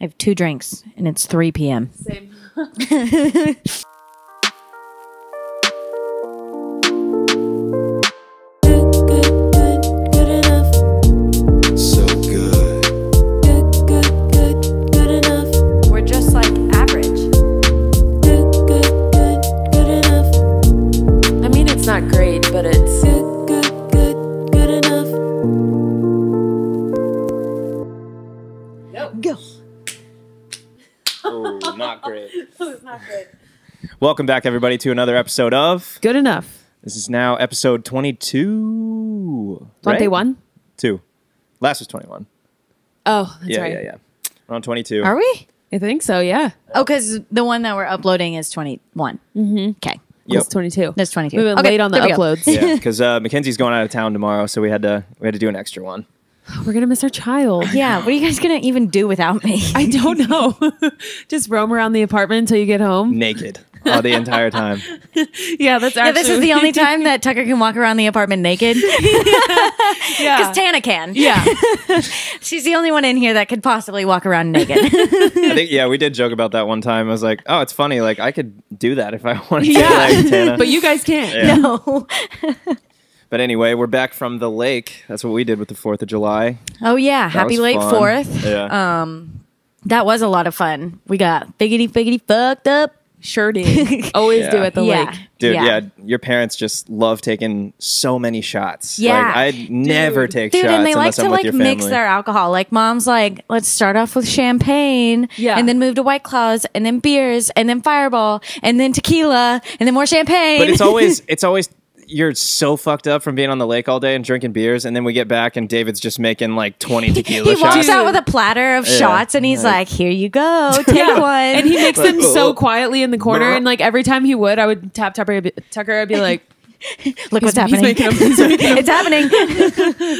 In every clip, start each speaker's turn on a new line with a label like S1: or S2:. S1: I have two drinks and it's 3 p.m.
S2: Same.
S3: So good.
S2: We're just like average. I mean, it's not great, but it's.
S1: Go.
S4: Oh, not great.
S2: it's not good.
S4: Welcome back, everybody, to another episode of.
S2: Good enough.
S4: This is now episode 22. right?
S2: 21?
S4: Two. Last was 21.
S2: Oh, that's
S4: yeah,
S2: right.
S4: yeah, yeah. We're on 22.
S1: Are we?
S2: I think so, yeah.
S1: Oh, because the one that we're uploading is 21. Mm-hmm. Okay.
S4: Yep.
S2: It's 22.
S1: That's 22.
S2: We've been
S1: Okay,
S2: late on the
S1: there we go.
S2: uploads.
S4: yeah, because uh, Mackenzie's going out of town tomorrow, so we had to we had to do an extra one.
S2: We're going to miss our child.
S1: Yeah. What are you guys going to even do without me?
S2: I don't know. Just roam around the apartment until you get home.
S4: Naked uh, the entire time.
S2: Yeah, that's actually.
S1: yeah, this is the only time that Tucker can walk around the apartment naked.
S2: yeah.
S1: Because Tana can.
S2: yeah.
S1: She's the only one in here that could possibly walk around naked.
S4: I think yeah, we did joke about that one time. I was like, oh, it's funny. Like I could do that if I wanted
S2: Yeah.
S4: to. Like, Tana.
S2: But you guys can't.
S1: no.
S4: But anyway, we're back from the lake. That's what we did with the Fourth of July.
S1: Oh yeah.
S4: That
S1: Happy
S4: was
S1: late
S4: fun.
S1: fourth.
S4: Yeah.
S1: Um that was a lot of fun. We got figgity figgity fucked up.
S2: Sure did. Always do
S4: Yeah.
S2: at the
S1: yeah.
S2: lake.
S4: Dude, yeah. your parents just love taking so many shots.
S1: Yeah.
S4: like, I'd never take
S1: Dude,
S4: shots
S1: and they like
S4: unless
S1: to
S4: I'm with
S1: like
S4: your
S1: mix
S4: family.
S1: their alcohol. Like mom's like, let's start off with champagne,
S2: Yeah.
S1: and then move to White Claws, and then beers, and then Fireball, and then tequila, and then more champagne.
S4: but it's always it's always you're so fucked up from being on the lake all day and drinking beers, and then we get back and David's just making like 20 tequila
S1: he walks
S4: shots.
S1: out with a platter of shots, and he's like, "Here you go, take one."
S2: And he makes them so quietly in the corner.
S4: Brr.
S2: And like every time he would, I would tap Tucker. I'd be, Tucker, I'd be like,
S1: Look what's
S2: he's
S1: happening.
S2: making 'em- he's
S1: it's happening.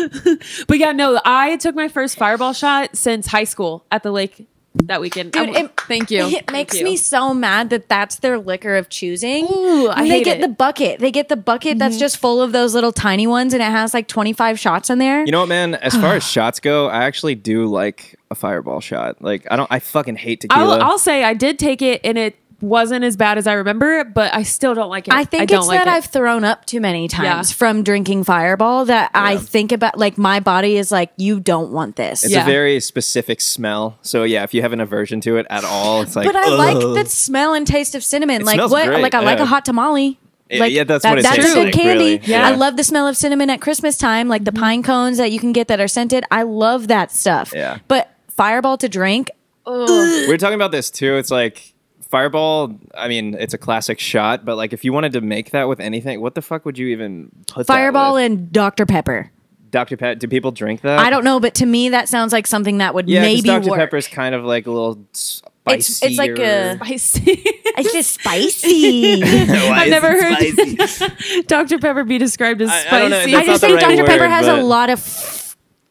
S2: but yeah, no, I took my first fireball shot since high school at the lake that weekend.
S1: Dude,
S2: I'm-
S1: it-
S2: thank you.
S1: It
S2: Thank
S1: makes
S2: you.
S1: me so mad that that's their liquor of choosing.
S2: Ooh, I
S1: And they
S2: hate
S1: get
S2: it. Mm-hmm.
S1: the bucket. They get the bucket that's just full of those little tiny ones, and it has like twenty five shots in there.
S4: You know what, man? As far as shots go, I actually do like a fireball shot. Like I don't, I fucking hate
S2: I'll,
S4: tequila.
S2: I'll say I did take it and it wasn't as bad as I remember it, but I still don't like it.
S1: I think
S2: don't
S1: it's
S2: like
S1: that
S2: it.
S1: I've thrown up too many times
S2: Yeah.
S1: from drinking Fireball that I
S4: Yeah.
S1: think about, like, my body is like, you don't want this.
S4: it's
S2: Yeah.
S4: a very specific smell. So yeah, if you have an aversion to it at all, it's like.
S1: But I
S4: ugh.
S1: like the smell and taste of cinnamon. like,
S4: smells
S1: what?
S4: great,
S1: Like, I like
S4: yeah.
S1: a hot tamale.
S4: Yeah, yeah, that's what it
S1: that's
S4: tastes
S1: a
S4: like,
S1: candy.
S4: really. Yeah. Mm-hmm.
S1: I love the smell of cinnamon at Christmas time, like the pine cones that you can get that are scented. I love that stuff.
S4: Yeah.
S1: But Fireball to drink,
S4: we were talking about this too. It's like Fireball. I mean, it's a classic shot, but like if you wanted to make that with anything, what the fuck would you even put?
S1: Fireball
S4: that with?
S1: and Dr. Pepper.
S4: Dr. Pepper. Do people drink that?
S1: I don't know, but to me, that sounds like something that would
S4: Yeah, 'cause
S1: maybe
S4: Dr.
S1: work.
S4: Pepper's kind of like a little spicy.
S1: It's- it's like a-
S2: I see.
S1: It's just spicy.
S4: I've
S2: never heard- Dr. Pepper be described as
S4: I-
S2: spicy.
S4: I don't know,
S1: I
S4: That's
S1: just
S4: not the
S1: think
S4: right
S1: Dr. Pepper
S4: word,
S1: has a
S4: but-
S1: lot of f-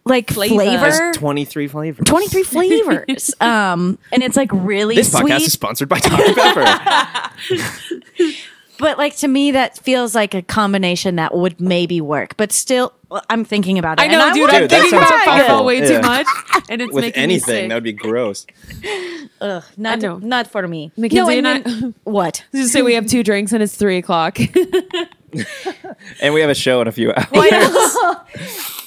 S1: like flavor.
S2: Flavor. Has
S4: Twenty three flavors.
S1: 23 flavors. um, and it's like really
S4: This
S1: sweet.
S4: podcast is sponsored by Dr. Pepper.
S1: but like to me, that feels like a combination that would maybe work. But still, well, I'm thinking about it.
S2: I know,
S1: and
S2: dude.
S1: I
S2: I'm
S4: Dude, that
S2: thinking
S4: sounds
S2: about fireball
S4: awful.
S2: way
S4: Yeah.
S2: too much, and it's
S4: With
S2: making
S4: anything,
S2: Me sick.
S4: that would be gross.
S1: not,
S2: I know.
S1: not for me.
S2: Mackenzie and I-
S1: then- what?
S2: Just say we have two drinks and it's three o'clock.
S4: And we have a show in a few hours.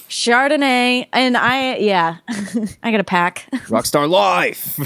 S1: Chardonnay. And I, yeah, I got to pack.
S4: Rockstar life.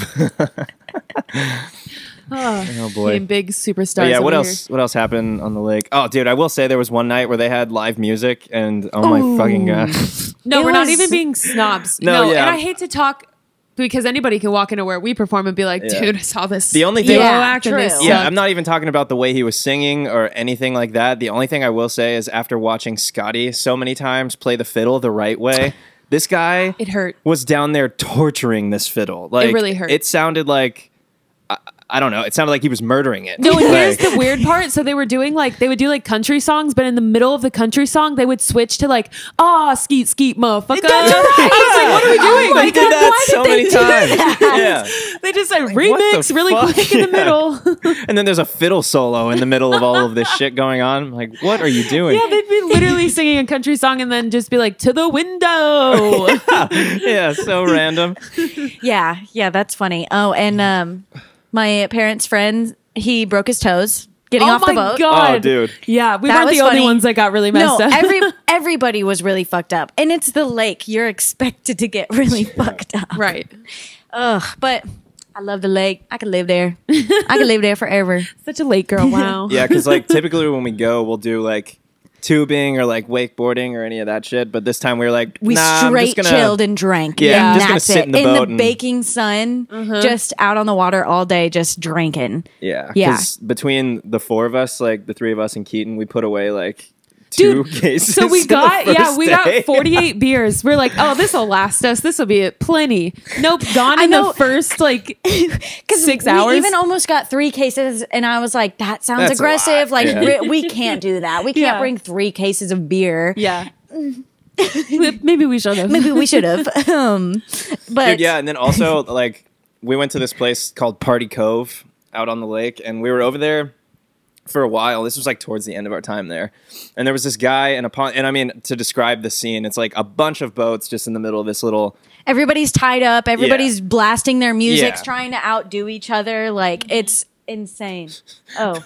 S1: Ah,
S4: oh boy.
S2: Being big superstars.
S4: But yeah, what
S2: over
S4: else? What else happened on the lake? Oh, dude, I will say there was one night where they had live music, and oh my fucking god,
S2: here. No,
S1: It
S2: we're not
S1: was-
S2: even being snobs.
S4: No,
S2: No,
S4: yeah.
S2: and I hate to talk because anybody can walk into where we perform and be like,
S4: Yeah.
S2: "Dude, I saw this."
S4: The only thing-
S2: yellow
S1: Yeah,
S2: act and they
S1: true.
S2: sucked."
S4: yeah, I'm not even talking about the way he was singing or anything like that. The only thing I will say is after watching Scotty so many times play the fiddle the right way, this guy
S2: It hurt.
S4: was down there torturing this fiddle. Like
S2: really hurt.
S4: It sounded like I, I don't know. It sounded like he was murdering it.
S2: No, and here's
S4: Like-
S2: the weird part. So they were doing like they would do like country songs, but in the middle of the country song, they would switch to like ah skeet skeet motherfucker.
S4: That's right.
S2: Oh I was like, what are we doing?
S4: They did that so many times. Yeah.
S2: They just a
S4: what
S2: remix
S4: the
S2: really
S4: fuck?
S2: quick in the
S4: Yeah.
S2: middle.
S4: and then there's a fiddle solo in the middle of all of this shit going on. I'm like, what are you doing?
S2: yeah, they'd be literally singing a country song and then just be like, to the window.
S4: yeah, so random.
S1: Yeah, yeah, that's funny. Oh, and um, my parents' friend, he broke his toes getting
S2: oh
S1: off the
S2: my
S1: boat.
S2: god,
S4: Oh, dude.
S2: Yeah, we
S1: That
S2: weren't
S1: was
S2: the only
S1: funny.
S2: ones that got really
S1: No,
S2: messed up.
S1: every everybody was really fucked up, and it's the lake. You're expected to get really fucked up.
S2: right.
S1: Ugh, but I love the lake. I could live there. I could live there forever.
S2: Such a late girl. Wow.
S4: Yeah, because like typically when we go, we'll do like tubing or like wakeboarding or any of that shit. But this time we were like,
S1: We
S4: nah, I'm
S1: straight
S4: just gonna,
S1: chilled and drank.
S4: Yeah, I'm
S1: and
S4: just gonna
S1: that's
S4: sit
S1: it.
S4: in the boat and-
S1: baking sun,
S2: Mm-hmm.
S1: just out on the water all day, just drinking.
S4: Yeah,
S1: Yeah.
S4: 'cause between the four of us, like the three of us and Keaton, we put away like two
S2: Dude,
S4: cases.
S2: So we
S4: the
S2: got yeah,
S4: first
S2: we
S4: day.
S2: got 48 beers. We're like, "Oh, this will last us. This will be it. plenty." Nope, gone
S1: I
S2: in the
S1: know.
S2: first like 6
S1: we
S2: hours.
S1: even almost got three cases, and I was like, "That sounds
S4: That's a
S1: aggressive. Like
S4: lot, yeah.
S1: we, we can't do that. We can't
S2: Yeah.
S1: bring three cases of beer.
S2: yeah. Maybe we should have.
S1: Maybe we should have." um, but
S4: Dude, yeah, and then also like we went to this place called Party Cove out on the lake, and we were over there for a while. This was like towards the end of our time there, and there was this guy and a pond. And I mean, to describe the scene, it's like a bunch of boats just in the middle of this little.
S1: everybody's tied up. Everybody's blasting their music,
S4: Yeah.
S1: trying to outdo each other. Like it's insane. Oh,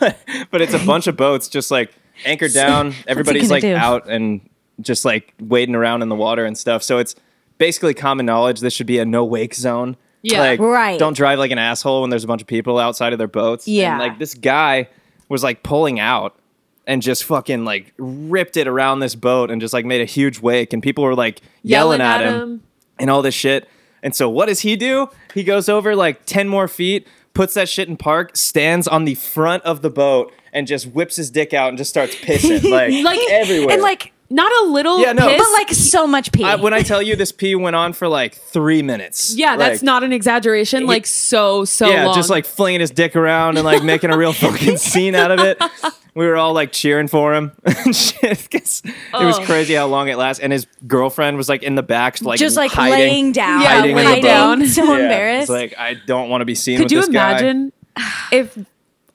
S4: But it's a bunch of boats just like anchored down. Everybody's
S1: gonna
S4: like
S1: do?
S4: out and just like wading around in the water and stuff. So it's basically common knowledge this should be a no wake zone.
S2: Yeah.
S4: like,
S1: Right.
S4: Don't drive like an asshole when there's a bunch of people outside of their boats. And,
S1: Yeah.
S4: like this guy was like pulling out and just fucking like ripped it around this boat and just like made a huge wake and people were like yelling, at, him, and all this shit. And so what does he do? He goes over like 10 more feet, puts that shit in park, stands on the front of the boat and just whips his dick out and just starts pissing like,
S2: Like-
S4: everywhere.
S1: and like,
S2: Not a little
S4: Yeah, no.
S2: piss.
S1: but like so much pee.
S4: I, when I tell you this pee went on for like 3 minutes.
S2: yeah, that's
S4: Like,
S2: not an exaggeration. like so so
S4: yeah,
S2: long.
S4: just like flinging his dick around and like making a real fucking scene out of it. We were all like cheering for him and shit. 'cause It was
S2: Oh.
S4: crazy how long it lasted. And his girlfriend was like in the back, like
S1: just like
S4: hiding.
S1: laying down,
S2: Yeah,
S4: hiding in the
S1: laying
S4: boat.
S1: down,
S4: Yeah,
S1: so
S4: it's
S1: embarrassed.
S4: like I don't want to be seen.
S2: Could
S4: with
S2: you
S4: this guy.
S2: imagine if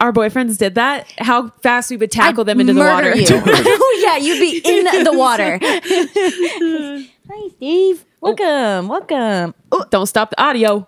S2: our boyfriends did that? How fast we would tackle them into the
S1: murder
S2: water.
S1: You. oh yeah, you'd be in the water. Hi, Steve. Welcome, welcome.
S2: Don't stop the audio.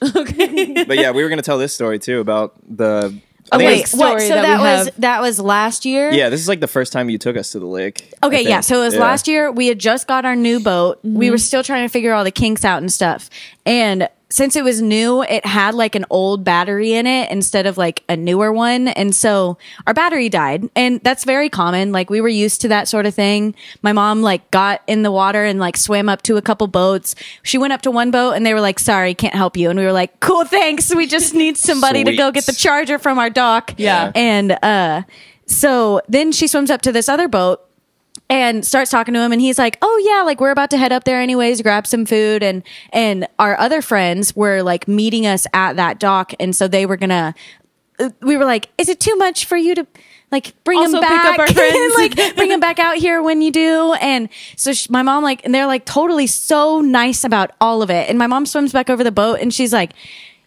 S4: But yeah, we were gonna tell this story too about the. I
S1: Oh,
S4: think it
S1: wait,
S4: was-
S2: story
S1: what? So
S2: that
S1: that,
S2: we
S1: was
S2: have.
S1: that was last year.
S4: yeah, this is like the first time you took us to the lake. I
S1: Okay, yeah.
S4: think.
S1: So it was
S4: Yeah.
S1: last year. We had just got our new boat. We were still trying to figure all the kinks out and stuff. And since it was new, it had like an old battery in it instead of like a newer one. And so our battery died. And that's very common. Like we were used to that sort of thing. My mom like got in the water and like swam up to a couple boats. She went up to one boat and they were like, sorry, can't help you. And we were like, cool, thanks. We just need somebody to go
S4: Sweet.
S1: get the charger from our dock.
S2: Yeah.
S1: And uh, so then she swims up to this other boat and starts talking to him and he's like oh yeah like we're about to head up there anyways grab some food and and our other friends were like meeting us at that dock and so they were gonna uh, we were like is it too much for you to like bring
S2: Also
S1: them
S2: pick
S1: back
S2: up our friends.
S1: like bring them back out here when you do and so sh my mom like and they're like totally so nice about all of it and my mom swims back over the boat and she's like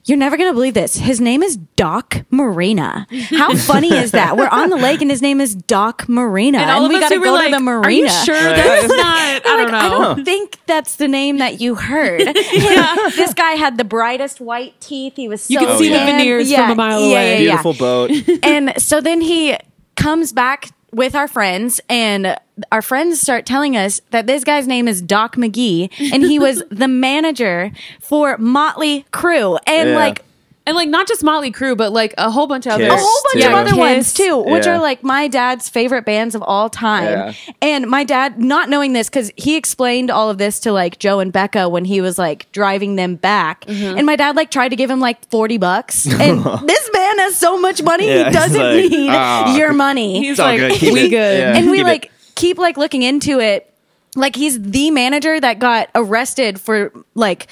S1: you're never going to believe this. His name is Doc Marina. How funny is that? We're on the lake and his name is Doc Marina.
S2: And all of
S1: we
S2: us
S1: gotta
S2: who were
S1: go
S2: like,
S1: to the marina.
S2: Are you sure
S4: Right.
S2: that's not? I don't
S1: Like, I
S2: know.
S1: don't think that's the name that you heard. Like, this guy had the brightest white teeth. He was so
S2: You can see the
S1: tan.
S2: veneers
S1: Yeah,
S2: from a mile
S1: yeah,
S2: away.
S1: yeah, yeah.
S4: beautiful boat.
S1: And so then he comes back with our friends, and our friends start telling us that this guy's name is Doc McGee, and he was the manager for Motley Crew, and
S4: Yeah.
S1: like
S2: And like not just Motley Crue, but like a whole bunch of
S4: Kiss,
S2: others.
S1: a whole bunch of
S4: too.
S1: other ones
S2: Kiss.
S1: too, which
S4: Yeah.
S1: are like my dad's favorite bands of all time.
S4: Yeah.
S1: And my dad, not knowing this, because he explained all of this to like Joe and Becca when he was like driving them back.
S4: Mm-hmm.
S1: And my dad like tried to give him like 40 bucks. And this man has so much money,
S4: Yeah,
S1: he
S4: he's
S1: doesn't
S4: like,
S1: need
S4: "Ah,
S1: your money.
S2: He's
S4: all
S2: like,
S4: good. Keep
S2: we
S4: it.
S2: good.
S4: Yeah.
S1: and we
S4: Keep it.
S1: like keep like looking into it. Like he's the manager that got arrested for like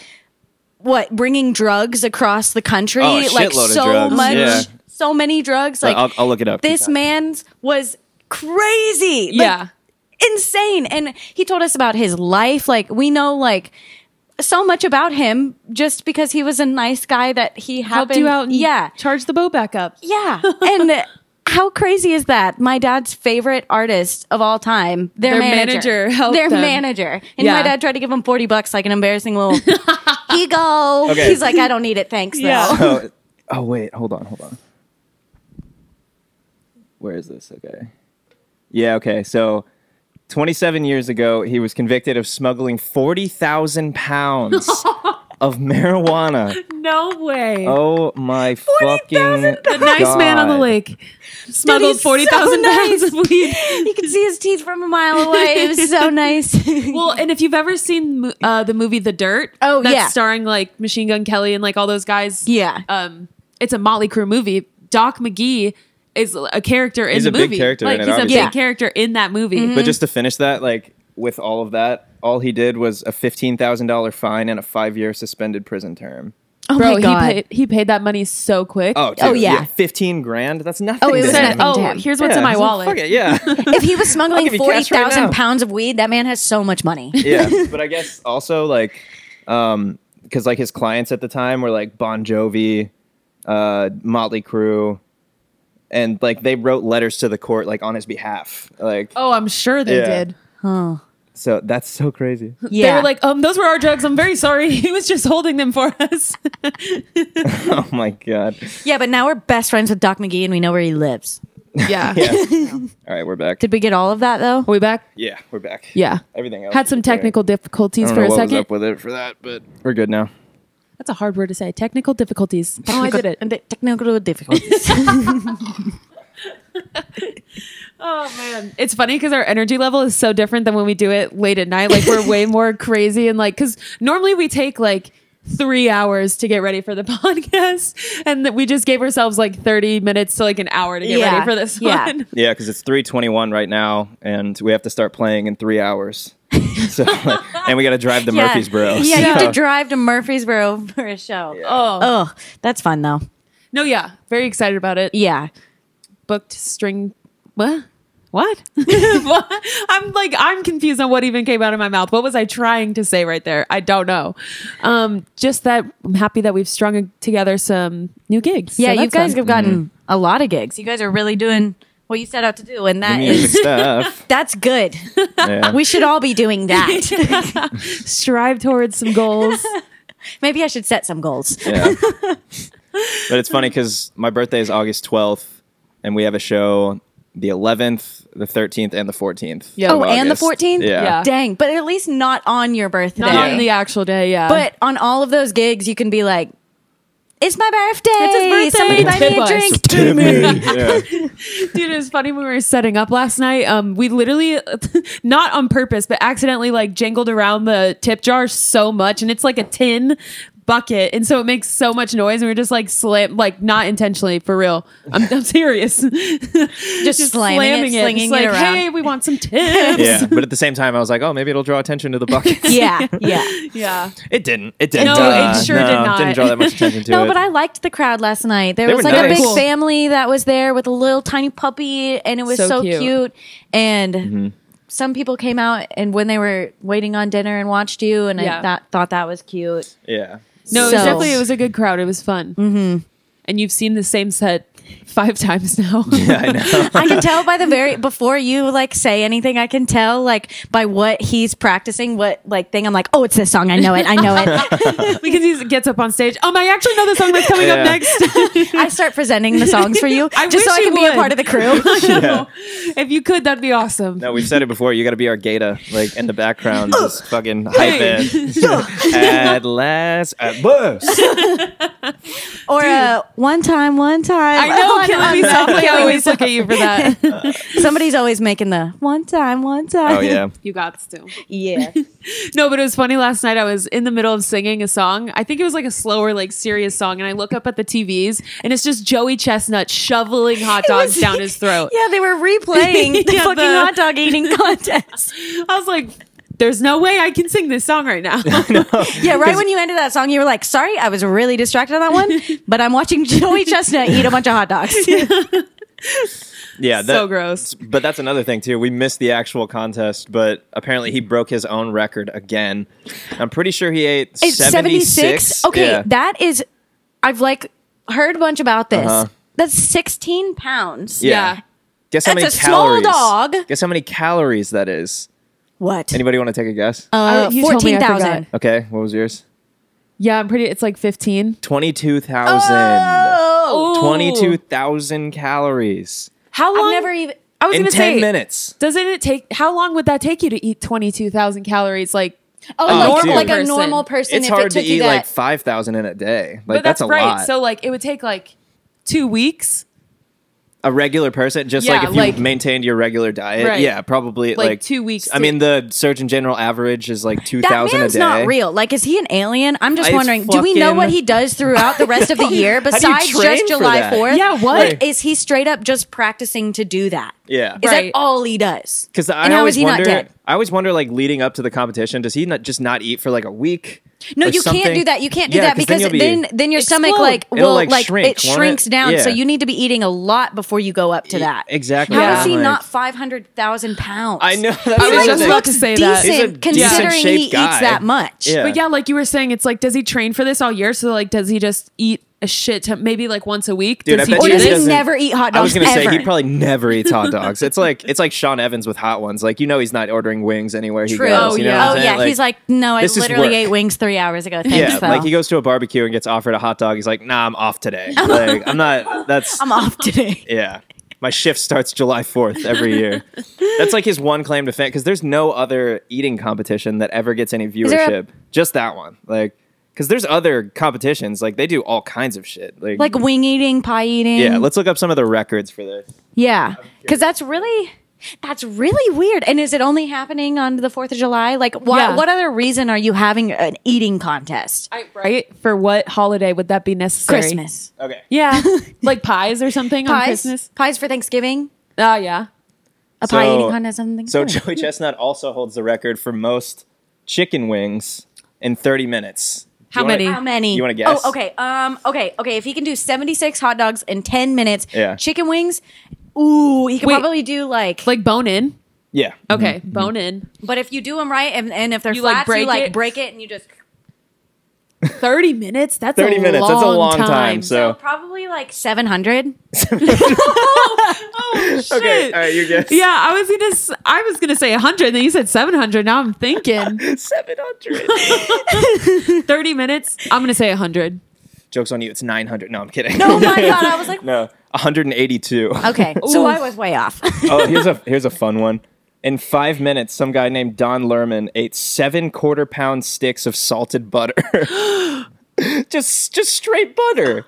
S1: what bringing drugs across the country,
S4: Oh, a
S1: like
S4: shitload of
S1: so
S4: drugs.
S1: much,
S4: Yeah.
S1: so many drugs. Like
S4: I'll- I'll look it up.
S1: This
S4: Keep
S1: man's was crazy. Like,
S2: Yeah.
S1: insane. And he told us about his life. Like we know, like so much about him just because he was a nice guy that he happened.
S2: helped you out and
S1: yeah,
S2: charge the boat back up.
S1: yeah. And how crazy is that? My dad's favorite artist of all time, their,
S2: Their
S1: manager,
S2: manager helped
S1: their
S2: them.
S1: manager, and
S2: Yeah.
S1: my dad tried to give him forty bucks, like an embarrassing little. he go.
S4: Okay.
S1: He's like, I don't need it, thanks.
S2: Yeah.
S1: Though.
S4: oh, oh wait, hold on, hold on. Where is this? Okay. Yeah, okay. So 27 years ago, he was convicted of smuggling 40,000 pounds of marijuana.
S2: No way.
S4: Oh my fucking
S2: The nice man on the
S4: God.
S2: lake smuggled
S1: so
S2: forty thousand pounds
S1: nice.
S2: of weed.
S1: You could see his teeth from a mile away. It was so nice.
S2: Well, and if you've ever seen mo- uh, the movie The Dirt,
S1: Oh,
S2: that's
S1: yeah.
S2: starring like Machine Gun Kelly and like all those guys.
S1: Yeah.
S2: um, it's a Motley Crue movie. Doc McGee is a character in
S4: He's
S2: the
S4: a big
S2: movie.
S4: character in
S2: like
S4: it,
S2: he's a big
S4: obviously.
S1: Yeah.
S2: character in that movie.
S4: But just to finish that, like with all of that, all he did was a $15,000 fine and a five year suspended prison term.
S1: oh
S2: Bro, he paid he paid that money so quick.
S4: Oh,
S1: Oh,
S4: dude,
S1: yeah.
S4: 15 grand? That's nothing.
S1: Oh, it was
S4: to him.
S1: nothing.
S2: Said,
S1: Oh,
S2: oh,
S1: damn.
S2: here's what's in
S4: Yeah,
S2: my
S4: so
S2: wallet.
S4: Fuck it, yeah.
S1: if he was smuggling
S4: give you cash right
S1: 40,000
S4: now.
S1: pounds of weed, that man has so much money.
S4: yeah but i guess also like um because like his clients at the time were like bon jovi uh motley Crue, and like they wrote letters to the court like on his behalf like
S2: Oh, I'm sure they
S4: Yeah.
S2: did.
S4: so that's so crazy
S1: Yeah.
S2: They were like, um, those were our drugs. I'm very sorry. He was just holding them for us.
S4: oh my god
S1: yeah, but now we're best friends with Doc McGee and we know where he lives.
S2: yeah.
S4: yeah all right we're back
S1: Did we get all of that though?
S2: Are we back?
S4: yeah we're back
S2: Yeah.
S4: everything else
S2: Had
S4: is
S2: some
S4: okay.
S2: technical
S4: I
S2: difficulties
S4: don't
S2: for
S4: know
S2: a
S4: what was
S2: second.
S4: up with it for that but we're good now
S2: That's a hard word to say. Technical difficulties. Oh, I did it.
S1: The Technical difficulties.
S2: Oh man, it's funny because our energy level is so different than when we do it late at night. Like we're way more crazy and like because normally we take like three hours to get ready for the podcast, and that we just gave ourselves like thirty minutes to like an hour to get
S1: Yeah.
S2: ready for this
S1: Yeah.
S2: one.
S4: yeah because it's 321 right now and we have to start playing in three hours so like, and we got to drive to murfreesboro
S1: Yeah, you have
S4: so-
S1: to drive to Murfreesboro for a show.
S2: Oh
S1: Oh, that's fun though.
S2: no, yeah, very excited about it. E
S1: Yeah.
S2: Booked string. What? What? What? I'm like I'm confused on what even came out of my mouth. What was I trying to say right there? I don't know. Um, just that I'm happy that we've strung together some new gigs. So
S1: Yeah, you
S2: that's
S1: guys
S2: fun.
S1: have gotten a lot of gigs. Mm-hmm. You guys are really doing what you set out to do and that
S4: Music
S1: is
S4: stuff
S1: that's good.
S4: yeah.
S1: We should all be doing that.
S2: strive towards some goals.
S1: Maybe I should set some goals.
S4: Yeah. but it's funny because my birthday is August 12th, and we have a show the 11th, the 13th, and the 14th.
S2: Yeah.
S4: of
S1: Oh, and the
S4: August.
S1: 14th?
S4: Yeah.
S2: Yeah.
S1: Dang, but at least not on your birthday.
S2: Not
S4: Yeah.
S2: on the actual day, yeah.
S1: But on all of those gigs, you can be like, "It's my birthday!
S2: It's his
S1: Somebody buy
S2: birthday.
S1: me
S2: Tip
S1: a
S2: us."
S1: drink."
S4: Yeah.
S2: dude, it was funny when we were setting up last night. Um, we literally, not on purpose, but accidentally like jangled around the tip jar so much, and it's like a tin bucket, and so it makes so much noise. And we are just like slam, like not intentionally for real. I'm, I'm serious. just,
S1: slamming it, slinging
S2: It's
S1: it
S2: like,
S1: around.
S2: hey, we want some tips.
S4: yeah. But at the same time, I was like, oh, maybe it'll draw attention to the bucket.
S1: yeah, yeah.
S2: yeah.
S4: It didn't. It didn't.
S2: No, it sure
S4: no,
S2: did not.
S4: Didn't draw that much attention to
S1: No,
S4: it.
S1: but I liked the crowd last night. There
S4: They
S1: was
S4: were
S1: like a
S4: nice.
S1: big
S4: Cool.
S1: family that was there with a little tiny puppy, and it was so,
S2: So
S1: cute.
S2: cute.
S1: And some people came out, and when they were waiting on dinner and watched you, and I
S2: Yeah.
S1: thought, thought that was cute.
S4: yeah.
S2: No, it
S1: So-
S2: was definitely it was a good crowd. It was fun. Mm-hmm. And you've seen the same set five times now.
S4: Yeah, I know.
S1: I can tell by the very before you like say anything, I can tell like by what he's practicing, what like thing. I'm like, oh, it's this song. I know it. I know it.
S2: because he gets up on stage. Um, I actually know the song that's coming
S4: Yeah.
S2: up next.
S1: I start presenting the songs for you
S2: I
S1: just so
S2: wish
S1: I
S2: you
S1: can be a
S2: would.
S1: part of the crew.
S2: if you could, that'd be awesome.
S4: No, we've said it before. You got to be our Gata, like in the background, just fucking hype it. At last, at bus.
S1: Or uh, one time, one time.
S2: I know,
S1: one-
S2: killing me softly. I always look at you for that.
S1: Somebody's always making the one time, one time.
S4: Oh yeah.
S2: You got to.
S1: yeah.
S2: No, but it was funny last night. I was in the middle of singing a song. I think it was like a slower, like serious song. And I look up at the TVs and it's just Joey Chestnut shoveling hot dogs
S1: was-
S2: down his throat.
S1: Yeah, they were replaying the
S2: Yeah,
S1: fucking
S2: the-
S1: hot dog eating contest.
S2: I was like, there's no way I can sing this song right now.
S1: Yeah, right when you ended that song, you were like, sorry, I was really distracted on that one, but I'm watching Joey Chestnut eat a bunch of hot dogs.
S4: Yeah,
S2: so gross.
S4: But that's another thing too. We missed the actual contest, but apparently he broke his own record again. I'm pretty sure he ate
S1: It's
S4: 76.
S1: 76. Okay,
S4: Yeah.
S1: that is, I've like heard a bunch about this.
S4: Uh-huh.
S1: That's 16 pounds.
S4: yeah.
S2: yeah.
S4: Guess how
S1: That's
S4: many
S1: a small
S4: calories?
S1: dog.
S4: Guess how many calories that is.
S1: What?
S4: Anybody want to take a guess?
S1: Uh,
S2: I- you told me I
S1: 14,000.
S4: okay, what was yours?
S2: Yeah, I'm pretty. It's like 15.
S4: Twenty-two thousand.
S1: Oh,
S4: Twenty-two thousand calories
S2: How long?
S1: I've never e- even.
S2: I was
S4: in
S2: gonna
S4: ten
S2: say,
S4: minutes.
S2: Doesn't it take? How long would that take you to eat 22,000 calories? Like,
S1: Oh,
S4: Oh,
S1: like,
S4: dude.
S1: like a
S2: Person.
S1: normal person.
S4: It's
S1: if
S4: hard
S1: it
S4: to
S1: took you
S4: eat
S1: that.
S4: like five thousand in a day. Like
S2: but that's,
S4: a
S2: right.
S4: lot.
S2: So like, it would take like two weeks,
S4: a regular person, just
S2: Yeah,
S4: like if you
S2: like-
S4: maintained your regular diet,
S2: Right.
S4: yeah, probably like,
S2: Like two weeks
S4: I
S2: to-
S4: mean, the Surgeon General average is like two
S1: that
S4: thousand a
S1: man's
S4: day.
S1: not real. Like, is he an alien? I'm just
S4: It's
S1: wondering. Do we know
S4: fucking-
S1: what he does throughout the rest of the year
S4: do you
S1: besides
S4: train
S1: just
S4: for
S1: July
S4: that?
S1: 4th?
S2: Yeah, what?
S1: Like, is he straight up just practicing to do that?
S4: Yeah,
S1: Is that
S2: Right.
S1: all he does?
S4: because I
S1: and how is
S4: always
S1: he
S4: wonder.
S1: not dead?
S4: I always wonder, like leading up to the competition, does he not just not eat for like a week?
S1: No,
S4: or
S1: you
S4: something?
S1: can't do that. You can't do
S4: Yeah,
S1: that
S4: 'cause
S1: because
S4: you'll
S1: then
S4: be-
S1: then, your stomach
S2: Explode.
S1: like will
S4: It'll,
S1: like,
S4: like, shrink,
S1: it
S4: won't
S1: shrinks
S4: it?
S1: down. So
S4: Yeah.
S1: you need to be eating a lot before you go up to
S4: E-
S1: that.
S4: exactly.
S1: How is
S2: Yeah.
S1: he
S4: I'm like-
S1: not five hundred thousand pounds?
S4: I know. That's
S2: was
S1: He like,
S4: the other
S2: just
S4: thing.
S2: about
S1: looks
S2: to say that.
S4: He's a
S1: decent considering
S4: decent-shaped
S1: he eats
S4: guy.
S1: that much.
S4: Yeah.
S2: But yeah, like you were saying, it's like, does he train for this all year? So like, does he just eat a shit ton, maybe like once a week?
S4: Dude,
S2: does
S4: I bet
S1: Or
S4: you
S2: do
S1: does
S4: he
S1: he
S4: doesn't-
S1: never eat hot dogs
S4: I was gonna
S1: ever?
S4: say he probably never eats hot dogs. It's like it's like Sean Evans with hot ones. Like you know he's not ordering wings anywhere he
S1: True.
S4: goes.
S2: Oh,
S4: you know
S2: yeah.
S4: what I'm
S1: Oh
S4: saying?
S1: yeah, he's like, no, I
S4: this is
S1: literally
S4: work.
S1: ate wings three hours ago. Thanks,
S4: Yeah,
S1: Phil.
S4: like he goes to a barbecue and gets offered a hot dog. He's like, "Nah, I'm off today. Like, I'm not. That's
S1: I'm off today.
S4: yeah. My shift starts July 4th every year. That's like his one claim to fame because there's no other eating competition that ever gets any
S1: there a-
S4: viewership. Just that one, like, because there's other competitions like they do all kinds of shit. Like,
S1: Like wing eating, pie eating.
S4: yeah, let's look up some of the records for this.
S1: yeah, because that's really that's really weird. And is it only happening on the Fourth of July? Like, why,
S2: Yeah.
S1: what other reason are you having an eating contest?
S2: I- right? For what holiday would that be necessary?
S1: Christmas
S4: Okay,
S2: Yeah, like pies or something on
S1: pies,
S2: Christmas.
S1: pies for Thanksgiving,
S2: Oh yeah.
S1: a pie
S4: So-
S1: eating contest on
S4: so
S1: Thanksgiving.
S4: Joey Chestnut also holds the record for most chicken wings in 30 minutes. Do
S2: How
S4: you wanna-
S2: many?
S1: How many?
S4: You wanna guess?
S1: Oh, okay. Um, okay, okay. If he can do seventy-six hot dogs in ten minutes,
S4: Yeah.
S1: chicken wings. Ooh, he can
S2: Wait.
S1: probably do like
S2: Like bone in.
S4: Yeah.
S2: Okay,
S4: Mm-hmm.
S2: bone in.
S1: But if you do them right, and, and if they're
S2: You, like,
S1: flat, you
S2: break
S1: like
S2: it?
S1: break it, and you just
S2: 30 minutes? That's
S4: 30
S2: a
S4: minutes.
S2: Long
S4: That's a long time.
S2: time.
S1: so
S4: So,
S1: probably like seven hundred.
S4: okay.
S2: Oh, Shit.
S4: All right, you guess.
S2: Yeah, I was gonna. s- I was gonna say 100. Then you said 700. Now I'm thinking
S4: 700.
S2: 30 minutes. I'm gonna say 100.
S4: Joke's on you. It's 900. No, I'm kidding.
S1: Oh my god! I was like,
S4: No, 182.
S1: okay, so
S2: Ooh.
S1: I was way off.
S4: oh, here's a here's a fun one. In five minutes, some guy named Don Lerman ate seven quarter pound sticks of salted butter. just just straight butter.